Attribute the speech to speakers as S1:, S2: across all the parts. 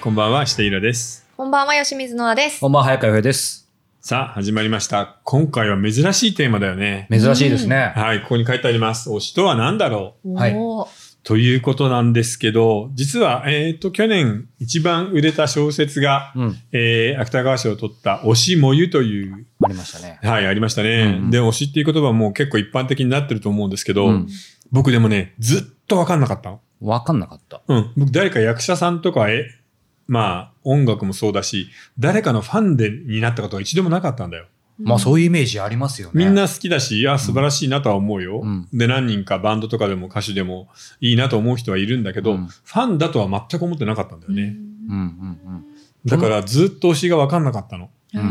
S1: こんばんは、下色です。
S2: こんばんは、吉水のあです。
S3: こんばんは、早川洋平です。
S1: さあ、始まりました。今回は珍しいテーマだよね。
S3: 珍しいですね。
S1: はい、ここに書いてあります。推しとは何だろう
S3: はい
S2: おー
S1: ということなんですけど、実は、えっ、と、去年一番売れた小説が、
S3: うん。
S1: えー、芥川賞を取った推しもゆという、
S3: ありましたね。
S1: はい、ありましたね。
S3: うん
S1: で、推しっていう言葉はもう結構一般的になってると思うんですけど、
S3: うん
S1: 僕でもね、ずっとわかんなかったの。
S3: わかんなかった。
S1: うん。僕、誰か役者さんとか、え、まあ、音楽もそうだし、誰かのファンで、になったことは一度もなかったんだよ。
S3: まあ、そういうイメージありますよね。
S1: みん、な好きだし、いや、素晴らしいなとは思うよ。
S3: うん
S1: で、何人かバンドとかでも歌手でもいいなと思う人はいるんだけど、
S3: うん
S1: ファンだとは全く思ってなかったんだよ
S2: うん
S1: ね。
S3: うんうん
S1: だからずっと推しが分かんなかったの。
S3: うんうんう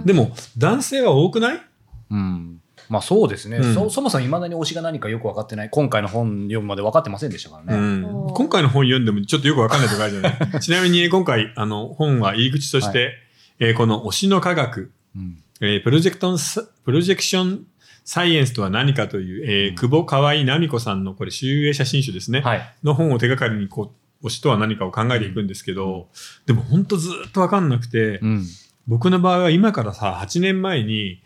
S3: ん
S1: でも、男性は多くない
S3: うん。うん。まあ、そうですね。
S1: うん
S3: そそもそも未だに推しが何かよく分かってない。今回の本読むまで分かってませんでしたから
S1: う
S3: ね。
S1: ん
S2: おー
S1: 今回の本読んでもちょっとよく分かんないとこあるじゃない ちなみに今回、あの、本は入り口として、えーこの推しの科学、
S3: うん。
S1: えープロジェクトンサプロジェクションサイエンスとは何かという、えー
S3: うん
S1: 久保河合奈美子さんのこれ、集英写真集ですね。
S3: はい。
S1: の本を手がかりにこう推しとは何かを考えていくんですけど、でも本当ずっと分かんなくて、
S3: うん。
S1: 僕の場合は今からさ8年前に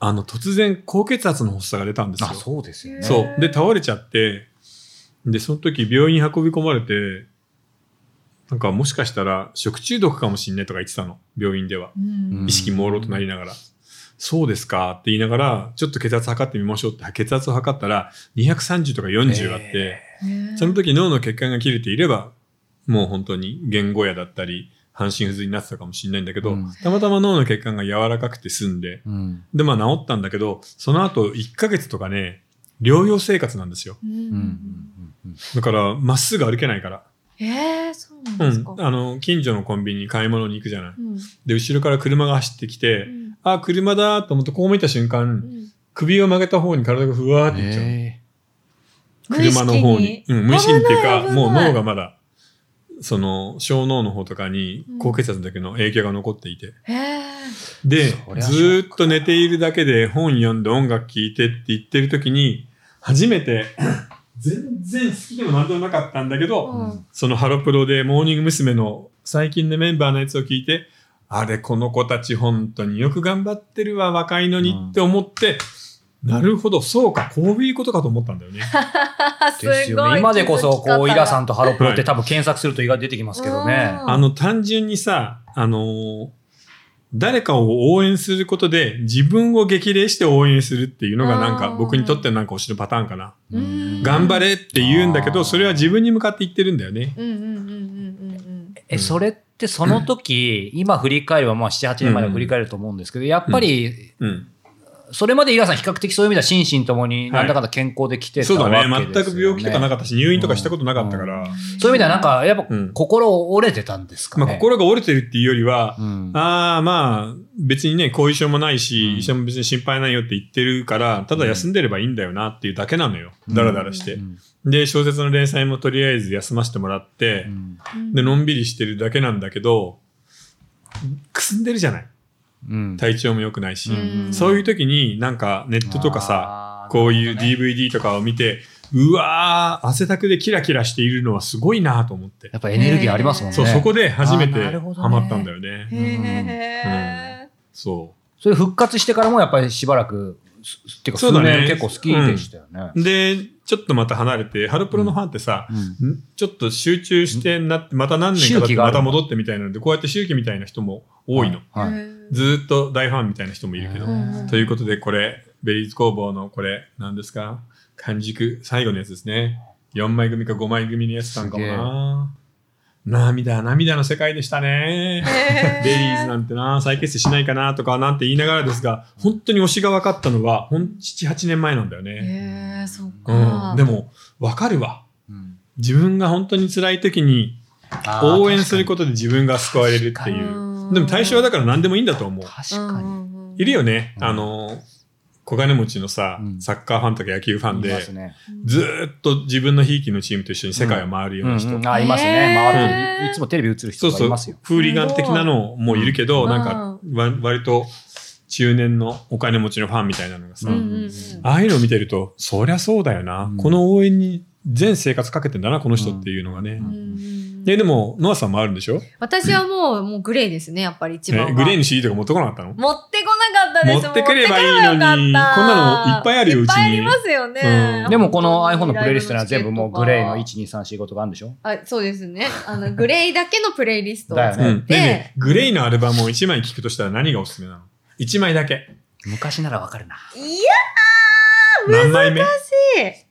S1: あの突然高血圧の発作が出たんですよ。
S3: あ、そうですよね。
S1: そう
S2: へー
S1: で倒れちゃってでその時病院運び込まれてなんかもしかしたら食中毒かもしんないとか言ってたの病院では
S2: うん
S1: 意識朦朧となりながら。そうですかって言いながら、ちょっと血圧測ってみましょうって、血圧を測ったら230とか40あって、
S3: へ
S1: その時脳の血管が切れていれば、もう本当に言語やだったり、半身不随になってたかもしれないんだけど、
S3: うん
S1: たまたま脳の血管が柔らかくて済んで、
S3: うん。
S1: で、まあ治ったんだけど、その後1ヶ月とかね、療養生活なんですよ。
S2: うん
S3: うん。うんうん
S1: だから、まっすぐ歩けないから。
S2: えー、そうなん
S1: う
S2: です
S1: ん
S2: か。。
S1: あの、近所のコンビニに買い物に行くじゃない。
S2: うん
S1: で、後ろから車が走ってきて、あ、車だと思ってこう見た瞬間、首を曲げた方に体がふわーっていっちゃう。
S3: へ
S1: 車の方に。うん、無意識にっていうか、もう脳。
S2: うん意識危な危な
S1: がまだ、その、小脳の方とかに
S2: うん
S1: 高血圧の時の影響が残っていて。
S2: え
S1: で、ず
S3: そりゃ
S1: ーっと寝ているだけで本読んで音楽聴いてって言ってる時に、初めて、 全然好きでもなんでもなかったんだけ
S2: ー
S1: ど、
S2: うん
S1: そのハロプロでモーニング娘。の最近のメンバーのやつを聞いて、あれ、この子たち本当によく頑張ってるわ、若いのにって思って、なるほど、そうか、こういうことかと思ったんだよね。
S2: すごい
S3: ですよね。今でこそ、こう、イラさんとハロプロっ
S1: はい
S3: て多分検索すると意外と出てきますけどね。
S2: うん
S1: あの、単純にさ、あのー誰かを応援することで自分を激励して応援するっていうのがなん
S2: あ
S1: か
S2: ー
S1: 僕にとってなんか推しのパターンかな。
S2: うん
S3: うん
S1: 頑張れって言うんだけ
S3: あ
S1: ど、
S3: ー
S1: それは自分に向かって言ってるんだよね。
S2: うんうんうんうんうん
S3: え、
S1: うん
S3: それってその時、今振り返れば、まあ7、8年前で振り返ると思うんですけど、やっぱり、
S1: うん。
S3: それまでイラさん比較的そういう意味では心身ともに、
S1: はい
S3: なんだかんだ健康で来てた
S1: そう
S3: わ
S1: だ
S3: けですよ、
S1: ね。
S3: ね
S1: 全く病気とかな
S3: か
S1: かったし、入院とかしたことなかったから。
S2: うん。
S3: そういう意味ではなんか、やっぱ
S1: うん
S3: 心折れてたんですかね。
S1: まあ、心が折れてるっていうよりは、
S3: うん。
S1: ああ、まあ、別にね、後遺症もないし、
S3: うん
S1: 医者も別に心配ないよって言ってるから、ただ休んでればいいんだよなっていうだけなのよ。
S3: うん
S1: ダラダラして
S3: う。ん
S1: で、小説の連載もとりあえず休ませてもらって、
S3: うん
S2: うん
S1: で、のんびりしてるだけなんだけど、くすんでるじゃない。
S3: うん
S1: 体調も良くないし。
S2: うん
S1: そういう時になんかネットとかさ、
S3: あー
S1: こういう
S3: なる
S1: DVD とかを見て、うわー、汗だくでキラキラしているのはすごいなと思って。
S3: ほどねやっぱエネルギーありますもんね。
S1: そう、そこで初めて
S3: あーなるほどね
S1: ハマったんだよね。
S2: へ
S1: そ
S3: それ復活してからもやっぱりしばらく、すすっていうか
S1: そうだ
S3: 数
S1: ね
S3: 年結構好きでしたよね。
S1: う。で、ちょっとまた離れて、ハロプロのファンってさ、
S3: うん
S1: んちょっと集中してなって、また何年か経っ
S3: 周
S1: て
S3: 期があ
S1: ま
S3: る
S1: た戻ってみたいなので、こうやって周期みたいな人も多いの。。
S3: はい。
S2: ー。
S1: ずーっと大ファンみたいな人もいるけど
S3: う。
S2: ん
S1: ということで、これ、ベリーズ工房のこれ、何ですか完熟、最後のやつですね。4枚組か5枚組のやつなんかもな。涙、涙の世界でしたね。
S2: へー
S1: ベリーズなんてな、再結成しないかなとかなんて言いながらですが、本当に推しが分かったのは、ほん7、8年前なんだよね。
S2: へえ、そっ
S1: う
S2: か。
S1: ん。でも、分かるわ。自分が本当に辛い時に、
S3: あー
S1: 応援することで自分が救われるっていう。
S2: う
S1: でも対象はだから何でもいいんだと思う。
S3: 確かに。
S1: いるよね。
S3: うん
S1: あの、小金持ちのさ、
S3: うん
S1: サッカーファンとか野球ファン
S3: いま
S1: で、
S3: すね。
S1: ずーっと自分のひいきのチームと一緒に世界を回るような人。
S3: うんうんあいますね。
S2: へー
S3: 回ってるいつもテレビ映る
S1: そ
S3: 人
S1: う
S3: が
S1: そ
S3: いうますよ。、
S1: フーリガン的なのもいるけど、
S2: うん
S1: なんかわ、割と中年のお金持ちのファンみたいなのがさ、
S3: うん
S1: ああいうのを見てると、そりゃそうだよな。
S3: うん
S1: この応援に全生活かけてんだな、この人っていうのがね。
S3: うん
S1: え、でも、ノアさんもあるんでしょ
S2: 私はもう、もうグレーですね、やっぱり一
S1: え
S2: 番は。
S1: グレーに CD とか持ってこなかったの
S2: 持ってこなかったです。
S1: 持ってくればいいのに
S2: 持ってこなかった
S1: こんなのいっぱいあるようちに
S2: いっぱいありますよね。
S1: うん
S3: でもこの iPhone のプレイリストには全部もうグレーの
S2: 位置。
S3: 12345とかあるんでしょ
S2: あ、そうですね。あの、グレーだけのプレイリストを
S3: だよ
S1: う
S3: ね
S2: 作っ
S1: ん。ねえね
S2: て、
S1: えグレイのアルバムを1枚聴くとしたら何がおすすめなの ?1 枚だけ。
S3: 昔ならわかるない
S2: や
S1: 何枚目
S2: ーし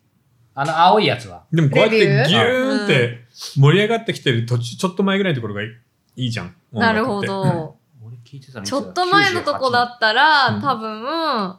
S3: あの青いやつは
S1: でもこうやってギ
S2: レビュー
S1: ューンって盛り上がってきてる途中、ちょっと前ぐらいのところがいいいいじゃん。音
S2: な
S1: 楽って
S2: るほ。ど。
S3: 俺聞いてたのいつ
S2: ち
S3: だ
S2: ょっと前のとこだったら、
S1: うん
S2: 多分、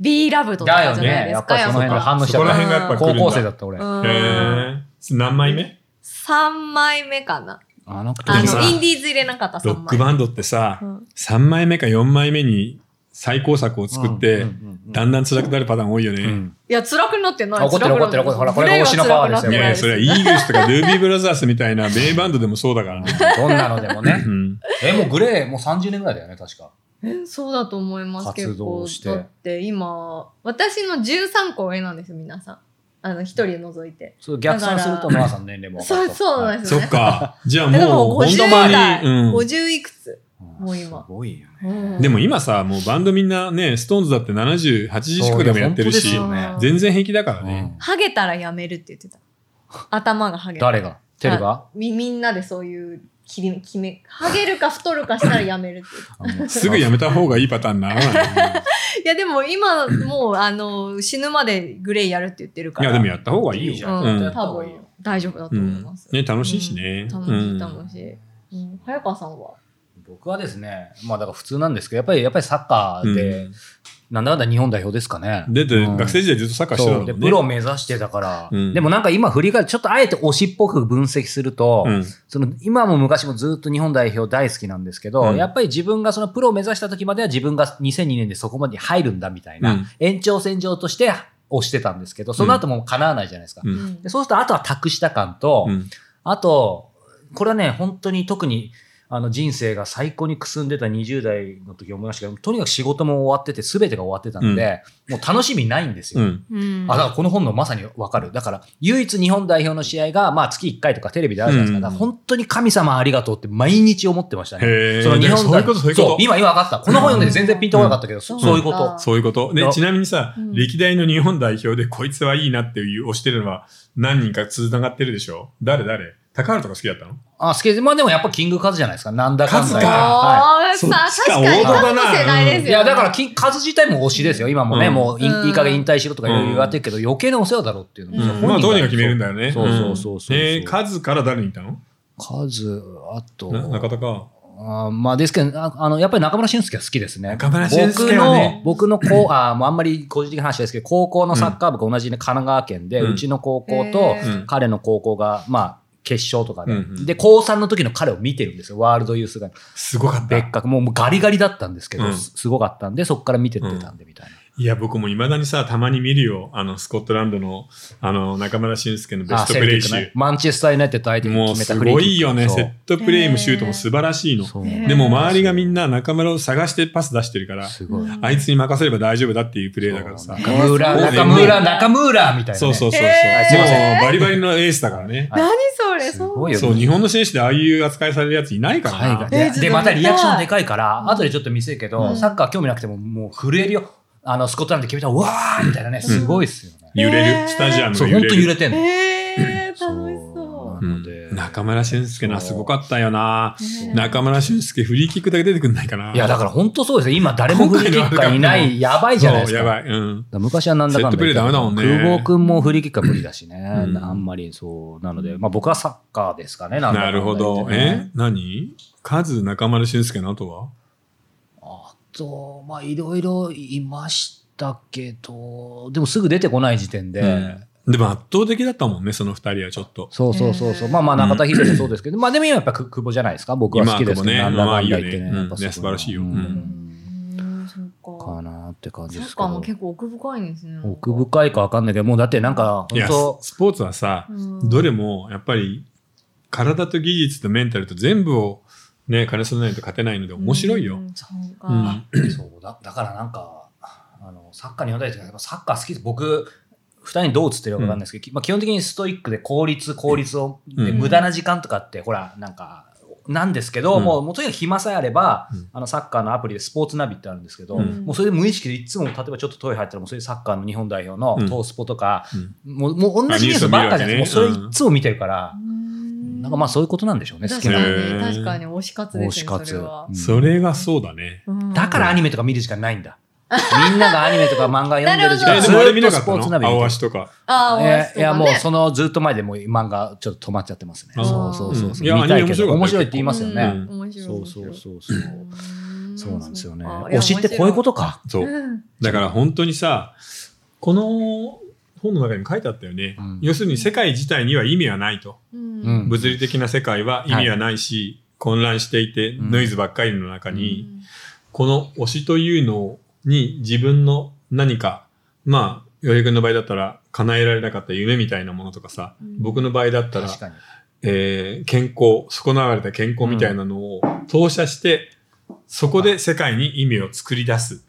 S2: B ラブとかじゃないですか。
S3: だよねやっぱりその辺の反応し
S1: ちゃったそこら辺がやっぱ
S3: 高
S1: 来るん
S3: 校生だった俺
S2: う
S3: あ
S1: へ
S2: ん
S1: え。何枚目
S2: 3枚目かな。
S3: の時
S2: あ
S1: でも
S2: の、
S1: さ
S2: インディーズ入れなかった
S1: ロ
S2: 3枚。
S1: ックバンドってさ、
S2: うん
S1: 3枚目か4枚目に最高作を作って、だ
S3: ん
S1: んだん辛くなるパターン多いよね。
S2: いや、辛くなってない。
S3: 怒ってる怒ってる怒ってるほらこれが推しのパワーですよ
S1: いやいや、そ
S2: それ
S1: れはイーグルスとかルービーブラザースみたいな名バンドでもそうだからね。
S3: どんなので もね
S1: うん
S3: えもうグレーもう30年ぐらいだよね確か
S2: えそうだと思います
S3: 活動して
S2: 結構だって今私の13個上なんです皆さんあの一人除いて
S3: そう逆算するとノアさんの年齢も分か
S2: そう
S3: った
S2: そうなん
S3: す
S2: です
S1: そ
S2: よ
S1: っ
S2: ね
S1: か。じゃあ
S2: えでも
S1: もう、
S2: 50
S1: 本当
S2: 代、
S1: に、うん
S2: 50いくつ、もう今
S3: すごいよね
S2: うん
S1: でも今さ、もうバンドみんなね、ストーンズだって70、80近くでもやってる
S3: そう
S1: し
S3: よ、本当ですよね
S1: 全然平気だから
S3: う
S1: ね
S3: ん。
S2: ハゲたらやめるって言ってた頭がハゲた
S3: 誰がテルが
S2: みみんなでそういう切り決めハゲるか太るかしたらやめるって言って
S1: すぐやめた方がいいパターンにならない。
S2: たいやでも今もうあの死ぬまでグレイやるって言ってる か
S1: い
S2: ら
S1: や、でもやった方がいい
S3: じ
S1: よ。
S3: ゃん
S2: うん
S1: うん
S2: 多分大丈夫だと
S1: う
S2: 思い
S1: ん
S2: ます、
S1: ね、楽しいしね。
S2: 楽
S1: う
S2: し
S1: ん
S2: い楽しい、うん、早川さんは
S3: 僕はですね、まあだから普通なんですけど、やっぱり、やっぱりサッカーで、なんだかんだ日本代表ですかね。
S1: で、で
S3: うん
S1: 学生時代ずっとサッカーしてた
S3: そ
S1: も
S3: うんで
S1: ね。
S3: プロを目指してたから、
S1: うん
S3: でもなんか今振り返るちょっとあえて推しっぽく分析すると、
S1: うん
S3: その今も昔もずっと日本代表大好きなんですけど、
S1: うん
S3: やっぱり自分がそのプロを目指した時までは自分が2002年でそこまで入るんだみたいな、
S1: うん
S3: 延長線上として推してたんですけどその後も叶わないじゃないですか、
S1: う
S2: うんん
S3: でそうするとあとは託した感と、
S1: うん
S3: あとこれはね本当に特にあの人生が最高にくすんでた20代の時思いましたけどとにかく仕事も終わってて全てが終わってたんで、もう楽しみないんですよ。
S1: うん
S2: うん
S3: あだからこの本のまさにわかる。だから、唯一日本代表の試合が、まあ月1回とかテレビであるじゃないですか。
S1: うん
S3: だから本当に神様ありがとうって毎日思ってましたね。
S1: へえ。
S3: の日
S1: だからそういうこと、そういうこ
S3: そう今、今分かった。この本読んで全然ピンとこなかったけど、
S2: そ
S3: そ
S2: う
S3: そういうこ
S2: そ
S3: と
S1: と。。そういうこと。で
S3: あ、
S1: ちなみにさ
S2: う、ん
S1: 歴代の日本代表でこいつはいいなっていう推してるのは何人かつながってるでしょ誰誰高原とか好きだったの
S3: あ、スケジュールまあでもやっぱキングカズじゃないですか。なんだかんだ言っ
S1: カ
S3: て。
S1: ズか
S3: は
S2: あー
S1: そっ
S2: さ
S1: ち
S2: 確
S1: か
S2: かに
S1: 王道だ
S2: か
S1: な
S2: もしれないですよ、
S3: い。
S2: ね
S3: いや、だからキン、カズ自体も推しですよ。今もね、
S1: うん
S3: もうい、
S2: うん
S3: いい加減引退しろとかいろいろ言われてるけど、余計なお世話だろうっていうのも、
S2: うん
S1: まあ、どうにか
S3: が
S1: 決めるんだよね。
S3: そうそうそうそう。
S1: え数から誰にいたの
S3: カズ、あと、
S1: な中田か。
S3: あーまあですけど、ああの、やっぱり中村俊輔は好きですね。
S1: 中村俊輔はね
S3: 僕の、僕の高、あーもうあんまり個人的な話ですけど、高校のサッカー部が同じね、神奈川県で、
S1: うん
S3: うちの高校と
S2: へ、
S1: ー
S3: 彼の高校が、まあ、決勝とかで、
S1: うんうん
S3: で、高3の時の彼を見てるんですよ、ワールドユースが。
S1: すごかった。
S3: 別格、もうもうガリガリだったんですけど、
S1: うん
S3: すすごかったんで、そこから見てってたんで、みたいな。
S1: いや、僕も未だにさ、たまに見るよ。あの、スコットランドの、あの、中村俊輔のベ
S3: あー
S1: ストプレイ
S3: セルティックね
S1: 集。
S3: マンチェスター・ユナイテッド相手に
S1: もう
S3: 決めた
S1: す
S3: フリー
S1: ご
S3: キック
S1: いよね。
S3: そう
S1: セットプレイもシュートも素晴らしいの。
S3: そう
S2: ね
S1: でも周りがみんな中村を探してパス出してるから、
S3: すごい。
S1: あいつに任せれば大丈夫だっていうプレーだからさ。
S3: 中村、
S1: そうね
S3: 中村、中村みたいなね。
S1: そうそうそうそう。も
S2: へ
S3: ー
S1: うバリバリのエースだからね。
S2: 何それ
S3: す
S2: そう
S3: ごいよ
S1: そう、日本の選手でああいう扱いされるやついないから
S3: 海
S1: な。
S3: 外
S2: えーちょっ
S3: で
S2: と見た
S3: で、
S2: い
S3: またリアクションでかいから、
S2: うん
S3: 後でちょっと見せるけど、
S2: うん
S3: サッカー興味なくても、もう震えるよ。あの、スコットランド決めたら、うわーみたいなね、すごいっすよね。
S1: 揺れ
S2: へー
S1: る。スタジアム
S3: そ
S1: が
S3: う、
S1: 揺
S3: 本
S1: れ
S3: 当揺
S1: る。
S3: れてんの。
S2: えー、楽し
S3: そう
S2: そう
S1: う
S3: なんので
S1: 中村俊輔な、
S3: そう
S1: すごかったよな。
S2: ね
S1: 中村俊輔フリーキックだけ出てくんないかな。
S3: いや、だから本当そうですよ。今、誰もフリーキックがいな
S1: 今回のワールドカップでも
S3: い、やばいじゃないで
S1: そ
S3: す
S1: う、
S3: か。
S1: やばい。うん。
S3: だから昔はなんだかんだ言
S1: セッ
S3: って
S1: トプレーダメだもんね
S3: 久保君もフリーキックは無理だしね。
S1: うん
S3: あんまりそう。なので、まあ僕はサッカーですかね、んだか
S1: なん
S3: だ
S1: る
S3: 言
S1: ほ
S3: ってね
S1: ど。え何カズ、中村俊輔の後は
S3: あと、まあ、いろいろいましたけど、でもすぐ出てこない時点で、
S1: うんでも圧倒的だったもんね、その二人はちょっと。
S3: そうそうそうそう、
S2: えー
S3: まあまあ、中田秀もそうですけど、まあでも今やっぱ久久保じゃないですか、僕は好きですけど、
S1: 今
S3: な
S1: は
S3: ん
S1: 久
S3: だ
S1: 保ね
S3: かんだ言ってね、
S1: まあ
S3: やっぱすご
S1: いいよねうんね素晴らしいよ
S3: う
S1: うん
S3: ん
S2: うんそうか
S3: かなって感じ
S2: サ
S3: です
S2: ッ
S3: け
S2: カーも
S3: ど、
S2: 結構奥深いんですねなんか
S3: 奥深いかわかんないけど、もうだってなんか、
S1: い
S3: 本
S1: や、
S3: 当、
S1: スポーツはさ、
S2: うん
S1: どれもやっぱり体と技術とメンタルと全部をね、兼ね備えないと勝てないので面白いよ
S2: う。んそうか、
S1: うん。
S3: そうだだからなんか、あのサッカーに読んだりとか、やっぱサッカー好きです、僕、二人にどう映ってるかわかんないですけど、きまあ、基本的にストイックで効率、効率を、
S1: うん
S3: で無駄な時間とかって、ほら、なんか、なんですけど、
S1: うん
S3: もう、もうとにかく暇さえあれば、
S1: うん
S3: あの、サッカーのアプリでスポーツナビってあるんですけど、
S1: うん
S3: もうそれで無意識でいつも、例えばちょっとトイレ入ったら、もうそれでサッカーの日本代表の
S1: うん
S3: トースポとか、もう、もう同じニュー
S1: あニュース
S3: ス
S1: 見る
S3: ばっかじゃないですか。
S1: わ
S3: も
S1: け
S3: う
S1: ね
S3: それいつも見てるから、
S2: な
S3: なんかまあ
S2: う
S3: そういうことなんでしょうね、好
S2: 確
S3: き
S2: か
S3: な。
S1: へ
S2: に、
S1: ー
S2: 確かに、推し活ですね、
S3: 推し活
S2: それは
S3: う。ん
S1: それがそうだね。
S2: うん
S3: だからアニメとか見る時間ないんだ。みんながアニメとか漫画読んでる時
S2: な
S1: え、
S2: るほ
S3: 間
S1: で
S2: ど
S1: もあれ見な
S3: ず
S1: か
S3: っと
S1: った
S3: スポーツナビ
S1: の
S3: 見てる
S1: 青足とか。
S2: ああ、
S3: え
S2: 推しとか
S3: ー
S2: ね
S3: いや、もうそのずっと前でもう漫画ちょっと止まっちゃってますね。
S1: あー
S3: そうそうそうそう。
S1: うんいや
S3: 見た
S1: アニメ
S3: いけど面
S1: 面白
S3: 白
S1: か
S3: い
S1: ったよ
S3: って言いますよ
S2: う
S3: ね。
S2: ん面白い。
S3: そうそうそうそう。
S2: う
S3: そうなんですよね。
S2: あ
S3: 推しってこういうことか。
S1: そうう。
S2: ん
S1: だから本当にさ、この本の中にも書いてあったよね。
S3: うん
S1: 要するに世界自体には意味はないと。
S2: うん
S1: 物理的な世界は意味はないし、混乱していて、
S3: うん
S1: ノイズばっかりの中に、この推しというのに自分の何か、まあ、洋平君の場合だったら叶えられなかった夢みたいなものとかさ、
S2: うん
S1: 僕の場合だったら、
S3: 確かに。
S1: えー健康、損なわれた健康みたいなのを投射して、そこで世界に意味を作り出す。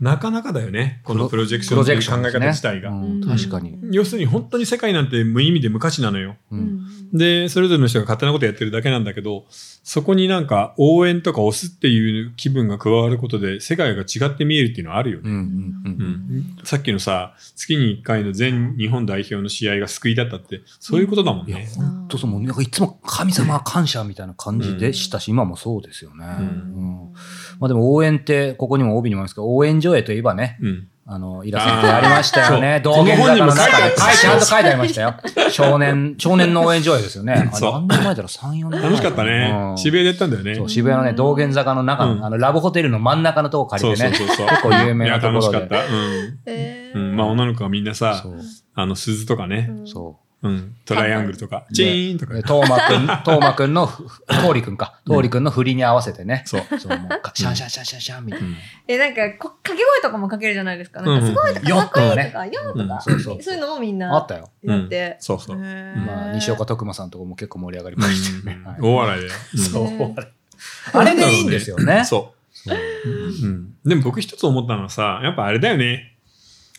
S1: なかなかだよね、このプロジェクションという考え方自体が。
S3: うん確かに。
S1: 要するに本当に世界なんて無意味で無価値なのよ。
S3: う。
S2: うんん
S1: で、それぞれの人が勝手なことやってるだけなんだけど、そこになんか応援とか押すっていう気分が加わることで世界が違って見えるっていうのはあるよ
S3: う
S1: ね。
S3: んうんう。
S1: うんん。さっきのさ、月に1回の全日本代表の試合が救いだったって、そういうことだもん
S3: いや
S1: ね、。
S3: 本当そう、もうなんかいつも神様感謝みたいな感じでしたし、今もそうですよね。
S1: うん
S3: うんまあでも応援って、ここにも帯にもありますけど、応援上映といえばね、
S1: うん。
S3: あの、イラストでありましたよね。
S1: そう
S3: 道玄坂の中
S1: この本
S3: で
S1: にも書いてある
S3: 書いて、ちゃんと書いてありましたよ。少年、少年の応援上 映ですよね。あれ
S1: そう
S3: 何年前だろう ?3、4年前。
S1: 楽しかったね。渋谷で
S3: 谷。
S1: やったんだよね。
S3: そう、渋谷のね、道玄坂の中
S1: うん
S3: の、あの、ラブホテルの真ん中のとこ借
S1: そ
S3: り
S1: う
S3: て
S1: そうそ
S3: ね。
S1: うそう。
S3: 結構有名
S1: いや、
S3: なとこ
S1: 楽しか
S3: ろ
S1: っ
S3: で。
S1: た。うん。
S2: え
S1: う
S2: ー
S1: ん、まあ女の子がみんなさ
S3: そ、う、
S1: あの、鈴とかね、
S3: そ
S1: うん、トライアングルとか、チーンと
S3: う。
S1: か
S3: で、、トーマ くん、トーマくんの、トーリくんか。トーリくんの振りに合わせてね。
S1: そう。
S3: そう、もう、シャンシャンシャンシャンシャンみたいな。
S1: うん
S2: え、なんか、こ掛け声とかもかけるじゃないですか。なんか、すごいと
S3: うんうん
S2: か、かっこいい
S3: よっ
S2: とか、よ
S1: う
S2: と
S1: ん
S2: か、
S3: そうそう
S2: そういうのもみんな
S3: あったよ。
S1: う
S2: や
S1: ん
S2: って。
S1: そうそう。
S3: まあ、西岡徳馬さんとかも結構盛り上がりましたよね。はい
S1: 大笑いだよ。うん
S3: そう
S2: ね
S3: あれあれでいいんですよね。
S1: そ
S3: そう
S1: う。うん。でも僕一つ思ったのはさ、やっぱあれだよね。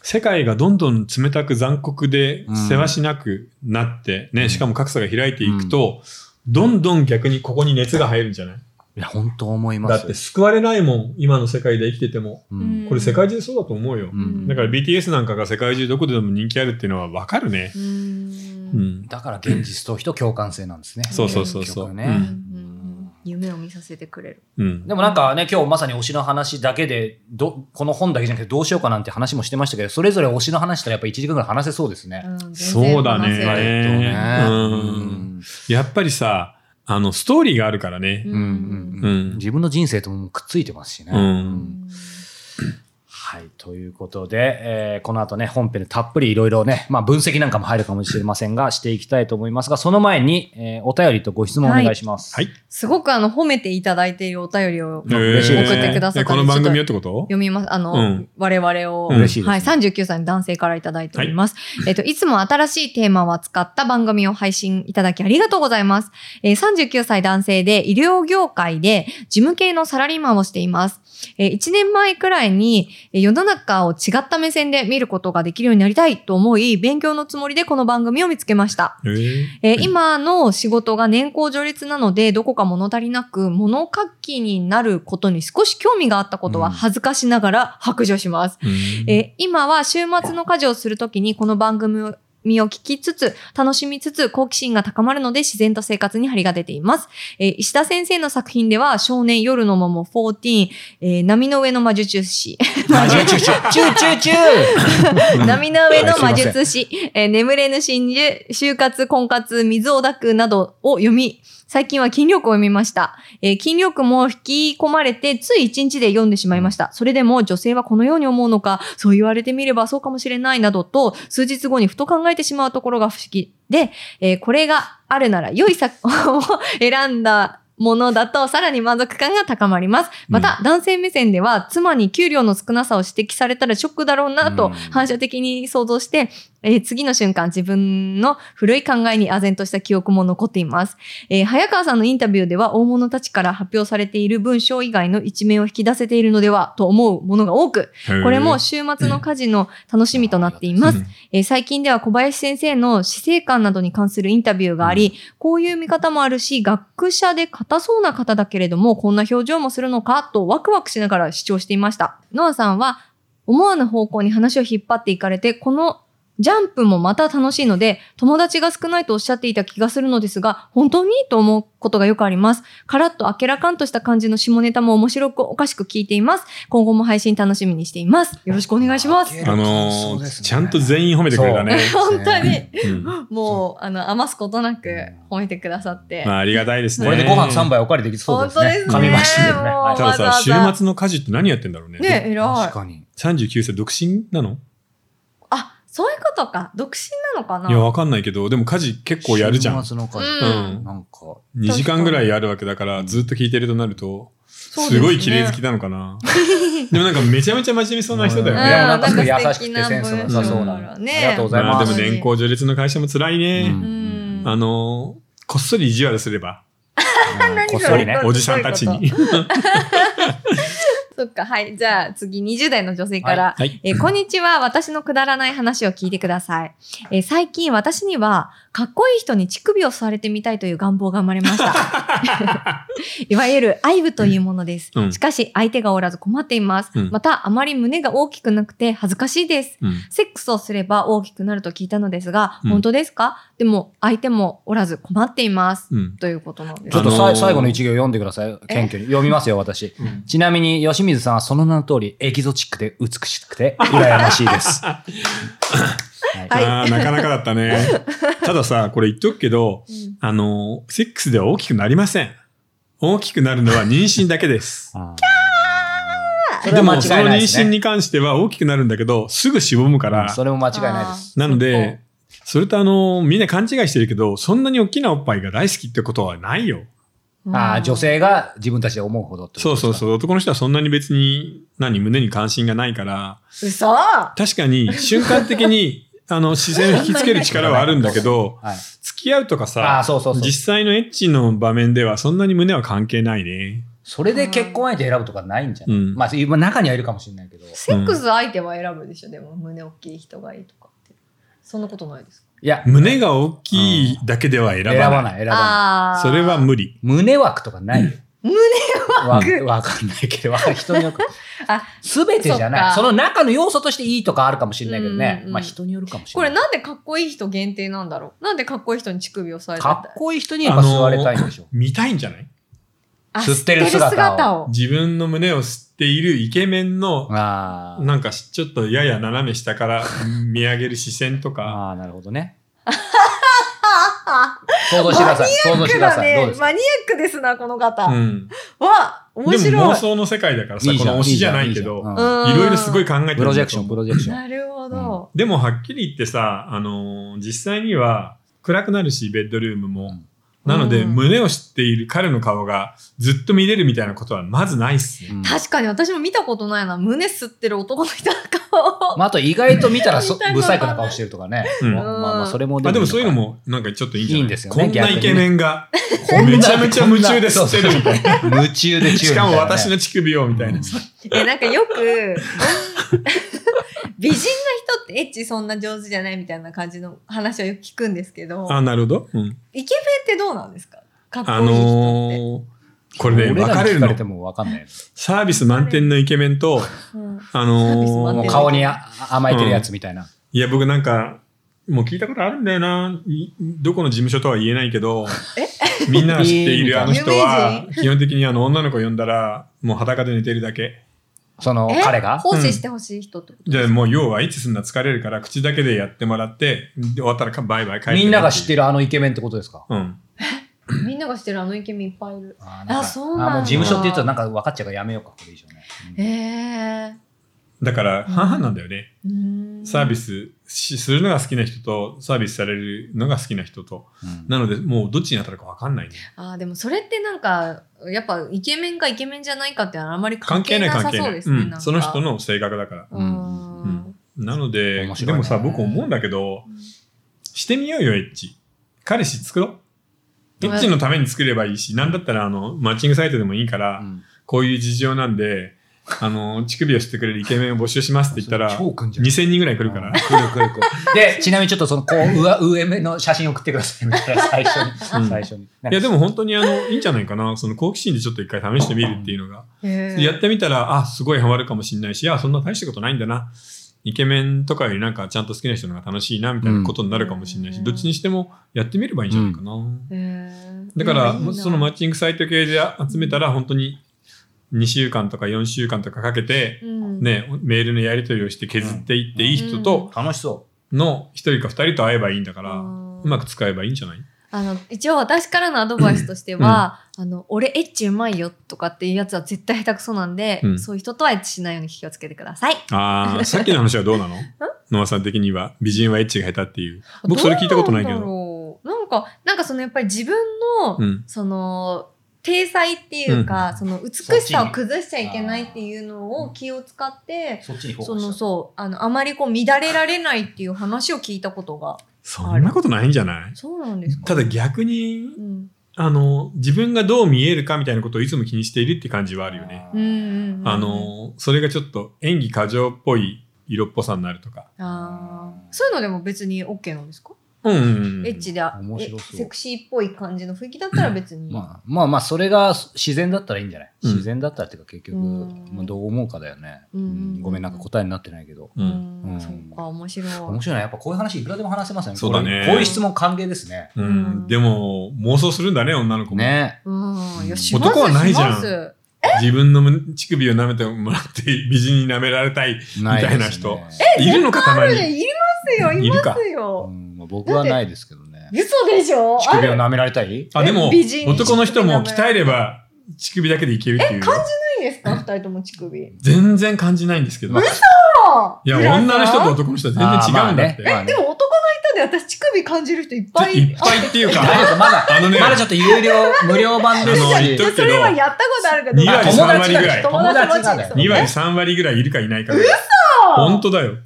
S1: 世界がどんどん冷たく残酷で
S3: うん、
S1: せわしなくなって、
S3: う
S1: ね、
S3: ん
S1: しかも格差が開いていくと、どんどん逆にここに熱が入るんじゃない
S3: いや、本当思いま
S1: だ
S3: す。
S1: って救われないもん、今の世界で生きてても。
S3: うん
S1: これ世界中そうだと思うよ
S3: う。ん
S1: だから BTS なんかが世界中どこでも人気あるっていうのはわかるね。
S2: う。
S1: うんん。
S3: だから現実と非と共感性なんですね。
S1: そうそうそうそう
S3: 結局ね
S1: うん
S2: うん夢を見させてくれる。
S1: うん。
S3: でもなんかね、今日まさに推しの話だけで、ど、この本だけじゃなくてどうしようかなんて話もしてましたけど、それぞれ推しの話したらやっぱ1時間ぐらい話せそうですね。
S2: うん
S1: そうだね
S2: 全然話せる
S1: えー
S3: う
S1: うん
S3: ん
S1: やっぱりさ、あの、ストーリーがあるからね。
S3: うんうん
S1: う
S3: うんん自分の人生ともくっついてますしね。
S1: うん
S3: うんはい。ということで、えーこの後ね、本編でたっぷりいろいろね、まあ分析なんかも入るかもしれませんが、していきたいと思いますが、その前に、えーお便りとご質問お願いし ます。
S1: はい
S2: すごくあの褒めていただいているお便りを
S1: へー
S3: 嬉しいです
S2: 送ってくださ
S1: え
S2: った
S1: この
S2: り
S1: 番組をっ
S2: ちょっと
S1: てこと
S2: 読みます。あの、
S1: うん
S2: 我々を、
S1: うん
S3: 嬉しいですね
S2: はい、39歳の男性からいただいております。えっと、いつも新しいテーマを扱った番組を配信いただきありがとうございます。えー39歳男性で医療業界で事務系のサラリーマンをしています。え1年前くらいにえー世の中を違った目線で見ることができるようになりたいと思い、勉強のつもりでこの番組を見つけました。
S1: へー
S2: えー今の仕事が年功序列なので、どこか物足りなく、物書きになることに少し興味があったことは
S3: うん
S2: 恥ずかしながら白状します。
S1: うん
S2: えー今は週末の家事をするときにこの番組を身を聞きつつ、楽しみつつ、好奇心が高まるので自然と生活に張りが出ています。えー石田先生の作品では、少年夜の桃14、えー波の上の魔術師、
S3: あチューチューチューチューチューチュ ー
S2: 波の上の魔
S3: はいすい
S2: 術師、えー眠れぬ真珠、就活、婚活、水を抱くなどを読み、最近は筋力を読みました。えー筋力も引き込まれて、つい一日で読んでしまいました。それでも女性はこのように思うのか、そう言われてみればそうかもしれないなどと、数日後にふと考えてしまうところが不思議で、えーこれがあるなら良い作品を 選んだものだと、さらに満足感が高まります。また、男性目線では、妻に給料の少なさを指摘されたらショックだろうなと、
S3: うん
S2: 反射的に想像して、えー次の瞬間、自分の古い考えに唖然とした記憶も残っています。えー早川さんのインタビューでは、大物たちから発表されている文章以外の一面を引き出せているのではと思うものが多く、 これも週末の家事の楽しみとなっています。えー最近では小林先生の死生観などに関するインタビューがあり、こういう見方もあるし、学者で硬そうな方だけれども、こんな表情もするのかとワクワクしながら主張していました。ノアさんは、思わぬ方向に話を引っ張っていかれて、このジャンプもまた楽しいので、友達が少ないとおっしゃっていた気がするのですが、本当にと思うことがよくあります。カラッと明らかんとした感じの下ネタも面白くおかしく聞いています。今後も配信楽しみにしています。よろしくお願いします。
S1: あのーちゃんと全員褒めてくれたね。
S2: 本当に、
S1: うん
S2: もう、あの、余すことなく褒めてくださって。
S1: まあ、ありがたいですね。
S3: これでご飯3杯おかわりできそうですね。
S2: 本当ですね
S3: 噛みましたけどね。
S2: もう
S3: はい
S1: たださ、
S2: わ
S1: 週
S2: ざわざ
S1: 末の家事って何やってんだろうね。
S2: ねえ、偉い
S3: 確。かに。
S1: 39歳、独身なの
S2: あ、そういうことか。独身なのかない
S1: や、わかんないけど、でも家事結構やるじゃん
S3: 週。末の家事
S2: うん。
S3: なんか、
S1: 2時間ぐらいやるわけだから、ずっと聞いてるとなると、
S2: うです
S1: す
S2: ね
S1: ごい綺麗好きなのか な。でもなんかめちゃめちゃ真面目そうな人だよ
S2: うん
S3: でも
S1: ね。
S3: なんかすごい優
S2: なんか
S3: し
S2: 素
S3: く
S2: 敵
S3: て
S2: な
S3: センスも良さそう
S2: 文
S3: な。
S2: 章だ
S3: あ
S2: ね
S3: りがとうござい
S1: ま
S3: ま。
S1: あですも年功序列の会社も辛いね。
S3: うん
S2: うん。
S1: あのーこっそり意地悪すれば、
S3: うんこっ
S2: そ
S3: そう
S2: い
S3: り
S2: うこ
S3: ね
S2: と。
S1: おじさんたち
S2: そうい
S1: に。
S2: そっか、はい。じゃあ次、20代の女性から。
S1: はい。
S2: えーこんにちは。私のくだらない話を聞いてください。えー最近私には、かっこいい人に乳首を吸われてみたいという願望が生まれました。いわゆる愛部というものです。
S1: うん
S2: しかし、相手がおらず困っています。
S1: うん
S2: また、あまり胸が大きくなくて恥ずかしいです。
S1: うん
S2: セックスをすれば大きくなると聞いたのですが、
S1: うん
S2: 本当ですかでも相手もおらず困っています。
S1: うん。
S2: ということなんです
S3: ちょっと
S1: あ
S3: さ
S1: のー
S3: い最後の一行読んでください。謙虚に。読みますよ、私。ちなみに、吉水さんはその名の通り、エキゾチックで美しくて、羨ましい です。はい。
S1: あーなかなかだった ね。たださ、これ言っとくけど、あのーセックスでは大きくなりません。大きくなるのは妊娠だけ です。
S3: あーそれ
S1: で
S3: は間
S1: も、そ
S3: 違い
S1: の
S3: ない
S1: 妊
S3: です
S1: 娠
S3: ね。
S1: に関しては大きくなるんだけど、すぐしぼむか
S3: うん
S1: ら、
S3: それも間違いないです。
S1: なので、それとあのーみんな勘違いしてるけど、そんなに大きなおっぱいが大好きってことはないよ。
S3: ああ、女
S2: っ
S3: 性が自分たちで思うほどってこ
S1: そ
S3: と
S1: う
S3: ですか
S1: そうそう。男の人はそんなに別に、何、胸に関心がないから、
S2: と。嘘
S1: 確かに瞬間的に、 あの、視線を引きつける力はあるんだけど、
S3: はい。
S1: 付き合うとか
S3: ああ、
S1: さ、
S3: そうそうそう。
S1: 実際のエッチの場面ではそんなに胸は関係ないね。
S3: それで結婚相手選ぶとかないんじゃない、
S1: うん
S3: まあ、今中にはいるかもしれないけど。い
S2: セックス相手は選ぶでしょ、でも胸大きい人がいいとかって。そんなことないですか
S3: や、
S1: 胸が大きいだけでは選ば
S3: 選ば
S1: ない。
S3: ない、選ばない。
S2: あー
S1: それは無理。
S3: 胸枠とかないよ。
S2: 胸
S3: わ
S2: 枠
S3: わかんないけど、わかん人による
S2: あ。
S3: すべてじゃない。
S2: そ
S3: そ
S2: っか
S3: の中の要素としていいとかあるかもしれないけど
S2: うん
S3: ね
S2: う。ん
S3: まあ人によるかもし
S2: こ
S3: れな
S2: れ
S3: い。
S2: なんでかっこいい人限定なんだろうなんでかっこいい人に乳首をされてた
S3: かっこいい人にやっぱ吸われたいんでしょ。
S1: 見たいんじゃない
S2: あ
S3: 吸ってる姿を
S2: 吸を。
S1: 自分の胸を吸っているイケメンの、
S3: あー
S1: なんかちょっとやや斜め下 から見上げる視線とか、
S3: あー、なるほどね。
S2: あ
S3: 想像してください。想像してください。どうですか
S2: マニアックですな、この方
S1: うん。
S2: わ、面
S1: でも
S2: 白
S1: 妄
S2: い。
S1: 想の世界だからさ、
S3: いい
S1: こ
S3: じゃん
S1: の推しじゃないけど
S3: じゃん、じゃんうん
S2: い
S1: いろいろすごい考えてるんだと思う
S3: プロジェクション、プロジェクション。
S2: なるほど。
S1: でもはっきり言ってさ、あのー実際には暗くなるし、ベッドルームも。なので、
S2: うん
S1: 胸を知っている彼の顔がずっと見れるみたいなことはまずないっすね。
S3: うん
S2: 確かに私も見たことないな。胸吸ってる男の人の顔。
S3: まあ、あと意外と見たらそ
S2: 見たことない
S3: ブサイクな顔してるとかね。
S1: うん
S3: まあまあ、それも
S1: あでもそういうの
S3: も
S1: もなんかちょっといいんじゃない
S3: いいんですよね
S1: こんなイケメン が
S3: 逆にね
S1: めちゃめちゃ夢中で吸 ってるみたいな。
S3: 夢中で中
S1: しかも私の乳首をみたいな。
S2: え、なんか よく、うん美人の人ってエッチそんな上手じゃないみたいな感じの話をよく聞くんですけど、
S1: あ、なるほど。うん
S2: イケメンってどうなんですかかっこい
S1: あ
S2: い人って。
S1: のーこれね、分かれる
S3: 聞かれて
S1: の。
S3: も分かんない。
S1: サービス満点のイケメンと、
S2: うん
S1: あ
S2: サービス満
S1: の
S3: もう
S1: ー
S2: 点
S3: 顔にあ甘えてるやつみたいな。
S1: いや、僕なんか、もう聞いたことあるんだよな。いどこの事務所とは言えないけど、 みんなが知 っているあの人は、基本的にあの女の子呼んだら、もう裸で寝てるだけ。
S3: その
S2: え
S3: 彼が。
S2: 奉仕してほしい人ってこと
S1: で、もう要は、いつすんな疲れるから、口だけでやってもらって、で終わったらかバイバイ帰って。
S3: みんなが知ってるあのイケメンってことですか
S1: うん。
S2: みんなが知ってるあのイケメンいっぱいいる。
S3: あなんか
S2: あそうなんだ
S3: あもう事務所って言うとなんか分かっちゃうからやめようか、これ以上ね。
S2: へえ
S1: だから、半々なんだよね。
S2: ー。うーん
S1: サービスしするのが好きな人と、サービスされるのが好きな人と。なので、もうどっちに当たるか分かんないね。
S2: あーでもそれってなんかやっぱイケメンかイケメンじゃないかってあんまり
S1: 関
S2: 関係
S1: 係な
S2: ない
S1: 関
S2: さ
S1: 係
S2: そ
S1: な
S2: う
S1: い。
S2: ですね。
S1: うん。その人
S2: の
S1: の性格だから。
S2: うん
S1: うんなので、
S3: 面白いね
S1: でもさ、僕思うんだけど、してみようよ、エッチ。彼氏作ろう。エッチのために作ればいいし、なんだったら、あの、マッチングサイトでもいいから、
S3: うん
S1: こういう事情なんで、あの、乳首をしてくれるイケメンを募集しますって言ったら、
S3: 超来んじゃん
S1: 2000人ぐらい来るから
S3: うん。来る来る来るで、ちなみにちょっとその、こう、上、上目の写真送ってください、みたいな、最初
S1: う
S3: に。
S1: ん
S3: 最初に。
S1: いや、でも本当にあの、いいんじゃないかな。その好奇心でちょっと一回試してみるっていうのが。
S2: へー
S1: やってみたら、あ、すごいハマるかもしれないし、あ、そんな大したことないんだな。イケメンとかよりなんかちゃんと好きな人の方が楽しいな、みたいなことになるかもしれないし、
S2: うん
S1: どっちにしてもやってみればいいんじゃないかな。
S2: へー
S1: だから、
S2: いやいいな
S1: そのマッチングサイト系で集めたら、本当に2週間とか4週間とかかけて、
S2: うん
S1: ね、メールのやり取りをして削っていっていい人と
S3: 楽しそ
S1: の1人か2人と会えばいいんだから、
S2: う
S1: うんまく使えばいいんじゃない
S2: あの、一応私からのアドバイスとしては、あの、俺エッチうまいよとかっていうやつは絶対下手くそなんで、
S1: うん
S2: そういう人とはエッチしないように気をつけてください。
S1: ああ、さっきの話はどう なの野間さん的には美人はエッチが下手っていう。僕それ聞いたことないけど
S2: どうなんだろうなんか、なんかそのやっぱり自分の、
S1: うん。
S2: その、体裁っていうか、その美しさを崩しちゃいけないっていうのを気を使って
S3: う。、そっちにフォ
S2: そ
S3: ーカス
S2: の
S3: した
S2: そう、あの、あまりこう乱れられないっていう話を聞いたことが。
S1: そんなことないんじゃない
S2: そうなんですか
S1: ただ逆に
S2: う、ん。
S1: あの、自分がどう見えるかみたいなことをいつも気にしているって感じはあるよね。
S2: うんうんうん。
S1: あ、の、それがちょっと演技過剰っぽい色っぽさになるとか。
S2: あーそういうのでも別に OK なんですか
S1: うんうんうん。
S2: エッチで、あ
S3: 面白
S2: え
S3: そう
S2: セクシーっぽい感じの雰囲気だったら別に。
S3: まあまあまあ、それが自然だったらいいんじゃない、
S1: うん
S3: 自然だったらっていうか結局、
S2: うん
S3: まあ、どう思うかだよね、
S2: うん
S3: ごめん、なんか答えになってないけど。
S1: う。
S2: うんん、
S3: うん
S2: そっか、面白い。
S3: 面白いな。やっぱこういう話いくらでも話せますよね。
S1: そうだね
S3: これこういう質問歓迎ですね。
S1: うん
S2: うん
S1: でも、妄想するんだね、女の子も。
S3: ね
S2: うん、いや、します
S1: 男はないじゃん
S2: します
S1: 自分の胸乳首を舐めてもらって、美人に舐められたい。
S3: ないですね。
S1: みたいな人いるのか、たま
S2: ある
S1: に。
S2: ねいますよ、い
S1: いる
S2: ま
S1: か
S2: す
S3: う
S2: よ。
S3: んまあ、僕はないですけどね。
S2: 嘘でしょ
S3: 乳
S2: あ
S3: 首
S2: る
S3: を舐められたい
S1: あ、でも
S2: 美人、に
S1: 男の人も鍛えれば、乳首だけでいけるっていう。
S2: ないですか、二人とも乳首。
S1: 全然感じないんですけど。
S3: 嘘
S1: いや、
S2: 浦さん
S1: 女の人と男の人は全然違うんだって。
S3: あーまあねまあね
S2: でも男の人で私乳首感じる人いっぱい
S1: いっぱいっていう
S3: 大 丈
S1: か、
S3: 夫まだ、
S1: あのね
S3: まだちょっと有料、無料版です
S1: あの言
S3: し
S1: っと。く
S2: それはやったことあるけど、
S1: 二割
S3: 友
S1: 三
S3: 達
S1: 割
S3: が
S1: ぐらい
S3: 友達が
S2: 友
S3: だ
S2: 達
S3: よ
S2: が。
S1: 2割、3割ぐらいいるかいないかぐらい。本
S2: 本
S1: 当だよ。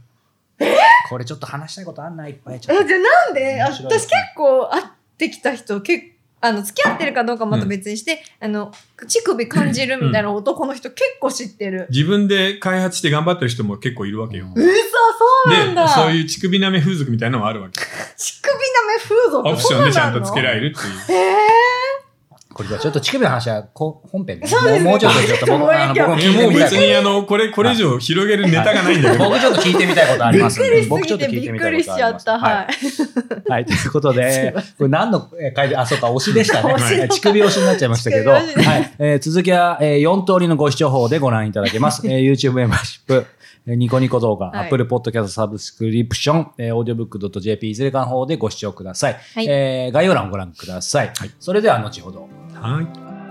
S3: これちょっと話したいことあんないっぱいちょっ
S2: え、
S3: と。
S2: じゃあなんであ
S3: 面
S2: 私
S3: 白いです
S2: 結
S3: ね
S2: 構会ってきた人、結あの、付き合ってるかどうかまた別にして、あの、乳首感じるみたいな男の人結構知ってる。
S1: 自分で開発して頑張ってる人も結構いるわけよ。
S3: うん
S1: で、
S2: 嘘、そうなんだ。
S1: そういう乳首舐め風俗みたいなのもあるわけ。
S2: 乳首舐め風
S1: オ
S2: 俗
S1: プションでちゃんと
S2: そうなの
S1: 付けられるっていう。
S2: へ
S3: これじゃあちょっと乳首の話はこ本編で。
S2: そうですね
S3: もうもうちょっとちょっと僕あの僕も聞い
S1: え
S3: て
S1: もう
S3: みたい
S1: 別
S3: こと。
S1: にあの、これ、これ以上広げるネタがないんだ けど。
S3: 僕ちょっと聞いてみたいことありますん
S2: え
S3: で。
S2: ー。びっくりし
S3: 僕ち
S2: す
S3: ょっ
S2: ぎ
S3: と
S2: て
S3: 聞
S2: び
S3: いて
S2: っ
S3: み
S2: く
S3: たい
S2: り
S3: こ
S2: し
S3: と
S2: ちゃ
S3: ありま
S2: っ
S3: す。
S2: た。はい。
S3: はい、というこ とで、これ何のえー会で、あ、そうか、推しでしたね。
S2: 推し
S3: はい乳首推しになっちゃいましたけど、は
S2: 乳 首推しね
S3: い、えー続きは、えー4通りのご視聴法でご覧いただけます。えー YouTube メンバーシップ、えーニコニコ動画、
S2: はい
S3: Apple Podcast サブスクリプション、えー、audiobook.jp いずれかの方でご視聴ください。
S2: はい
S3: えー概要欄をご覧ください。それでは後ほど。
S1: はい。